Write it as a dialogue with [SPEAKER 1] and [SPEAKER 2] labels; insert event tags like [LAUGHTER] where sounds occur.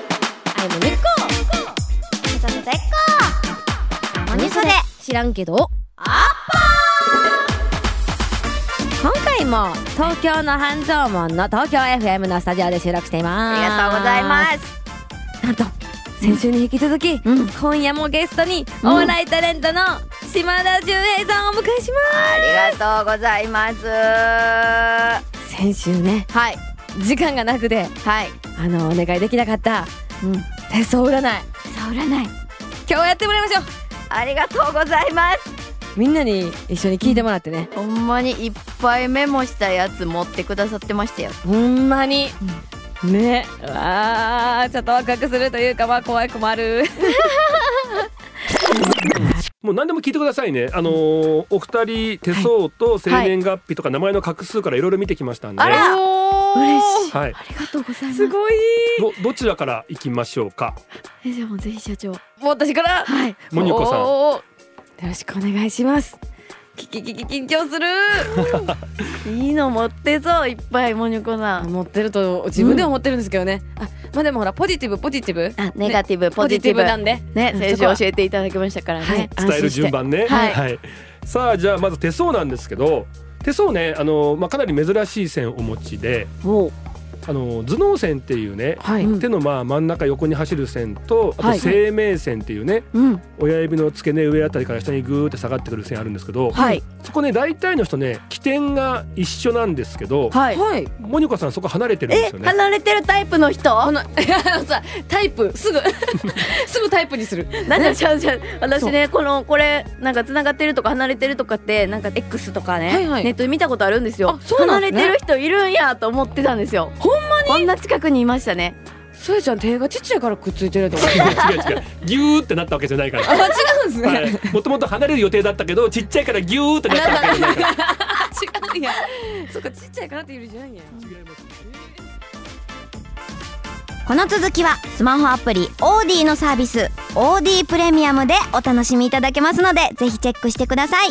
[SPEAKER 1] でも根っこ
[SPEAKER 2] めちゃめちゃいっか何それ
[SPEAKER 1] 知らんけど
[SPEAKER 2] あっ
[SPEAKER 1] 今回も東京の半蔵門の東京 FM のスタジオで収録してい
[SPEAKER 2] ぱ
[SPEAKER 1] ます
[SPEAKER 2] ありがとうございます
[SPEAKER 1] なんと先週に引き続き、
[SPEAKER 2] うん
[SPEAKER 1] 今夜もゲストに
[SPEAKER 2] うん
[SPEAKER 1] お笑いタレントの島田純平さんをお迎えしま
[SPEAKER 2] ありがとうございますは
[SPEAKER 1] す先週ね
[SPEAKER 2] い
[SPEAKER 1] 時間がなくて
[SPEAKER 2] はい
[SPEAKER 1] あのお願いできなかった
[SPEAKER 2] うん
[SPEAKER 1] 手相占い
[SPEAKER 2] 触らない
[SPEAKER 1] 今日やってもらいましょ
[SPEAKER 2] ありがとうございます
[SPEAKER 1] うみんなに一緒に聞いてもらってね、
[SPEAKER 2] ほんまにいっぱいメモしたやつ持ってくださってましたよ
[SPEAKER 1] ほんまに、ねわあちょっとワクワクするというかまあ怖くもある
[SPEAKER 3] もう何でも聞いてくださいね。あのーお二人手相と生年月日とか名前の画数からいろいろ見てきましたんで、
[SPEAKER 2] あら
[SPEAKER 1] おー
[SPEAKER 2] 嬉し
[SPEAKER 3] はい。
[SPEAKER 2] ありがとうございます
[SPEAKER 1] すごい
[SPEAKER 3] どどちらから行きましょうか。
[SPEAKER 2] えじゃあもうぜひ社長
[SPEAKER 1] もう私から
[SPEAKER 2] はい
[SPEAKER 3] モニコさん
[SPEAKER 1] おーよろしくお願いしますきききき緊張する
[SPEAKER 2] いいの持ってそういっぱいモニコさん
[SPEAKER 1] 持ってると自分では思ってるんですけどね、あまあでもほらポジティブポジティブ
[SPEAKER 2] あネガティブ、ポ
[SPEAKER 1] ポ
[SPEAKER 2] ジ
[SPEAKER 1] ジ
[SPEAKER 2] テ
[SPEAKER 1] ティ
[SPEAKER 2] ィブ
[SPEAKER 1] ブなんで
[SPEAKER 2] ね
[SPEAKER 1] うん
[SPEAKER 2] 先
[SPEAKER 1] そこ
[SPEAKER 2] 生
[SPEAKER 1] は
[SPEAKER 2] 教えていただきましたからね、
[SPEAKER 1] はい
[SPEAKER 3] 伝える順番ね。
[SPEAKER 2] はい
[SPEAKER 3] さあじゃあまず手相なんですけど、手相ねあのーまあかなり珍しい線をお持ちで、
[SPEAKER 1] お
[SPEAKER 3] あのー頭脳線っていうね。
[SPEAKER 1] はい、
[SPEAKER 2] うん
[SPEAKER 3] 手のまあ真ん中横に走る線とあ
[SPEAKER 1] は
[SPEAKER 3] と
[SPEAKER 1] い
[SPEAKER 3] 生命線っていうね、
[SPEAKER 2] うん
[SPEAKER 3] 親指の付け根上あたりから下にグーって下がってくる線あるんですけど、
[SPEAKER 2] はい
[SPEAKER 3] そこね大体の人ね起点が一緒なんですけど、
[SPEAKER 2] はい
[SPEAKER 1] はい
[SPEAKER 3] モニコさんそこ離れてるんで
[SPEAKER 2] え
[SPEAKER 3] すよね。
[SPEAKER 2] 離れてるタイプの人
[SPEAKER 1] あの [LAUGHS] あのさタイプ [LAUGHS] すぐすぐタイプにする
[SPEAKER 2] [LAUGHS] なんかちゃうちゃう私ねこのこれなんか繋がってるとか離れてるとかってなんか X とかね、
[SPEAKER 1] はいはい
[SPEAKER 2] ネットで見たことあるんです
[SPEAKER 1] あ
[SPEAKER 2] よ
[SPEAKER 1] そうなんですね
[SPEAKER 2] 離れてる人いるんやと思ってたんですよ
[SPEAKER 1] ほん
[SPEAKER 2] まにこんな近くにいましたね
[SPEAKER 1] そやちゃん手がちっちゃいからくっついてると思
[SPEAKER 3] 違う [LAUGHS] 違うギューってなったわけじゃないか
[SPEAKER 1] [LAUGHS] あ
[SPEAKER 3] ら。
[SPEAKER 1] 違うんですね、
[SPEAKER 3] は
[SPEAKER 1] あ違
[SPEAKER 3] い、もともと離れる予定だったけどちっちゃいからギューってなったわけじゃないから。
[SPEAKER 1] うんやそっかちっちゃいからって言うんじゃないんや
[SPEAKER 3] 違います
[SPEAKER 4] この続きはスマホアプリオーディのサービスオーディプレミアムでお楽しみいただけますのでぜひチェックしてください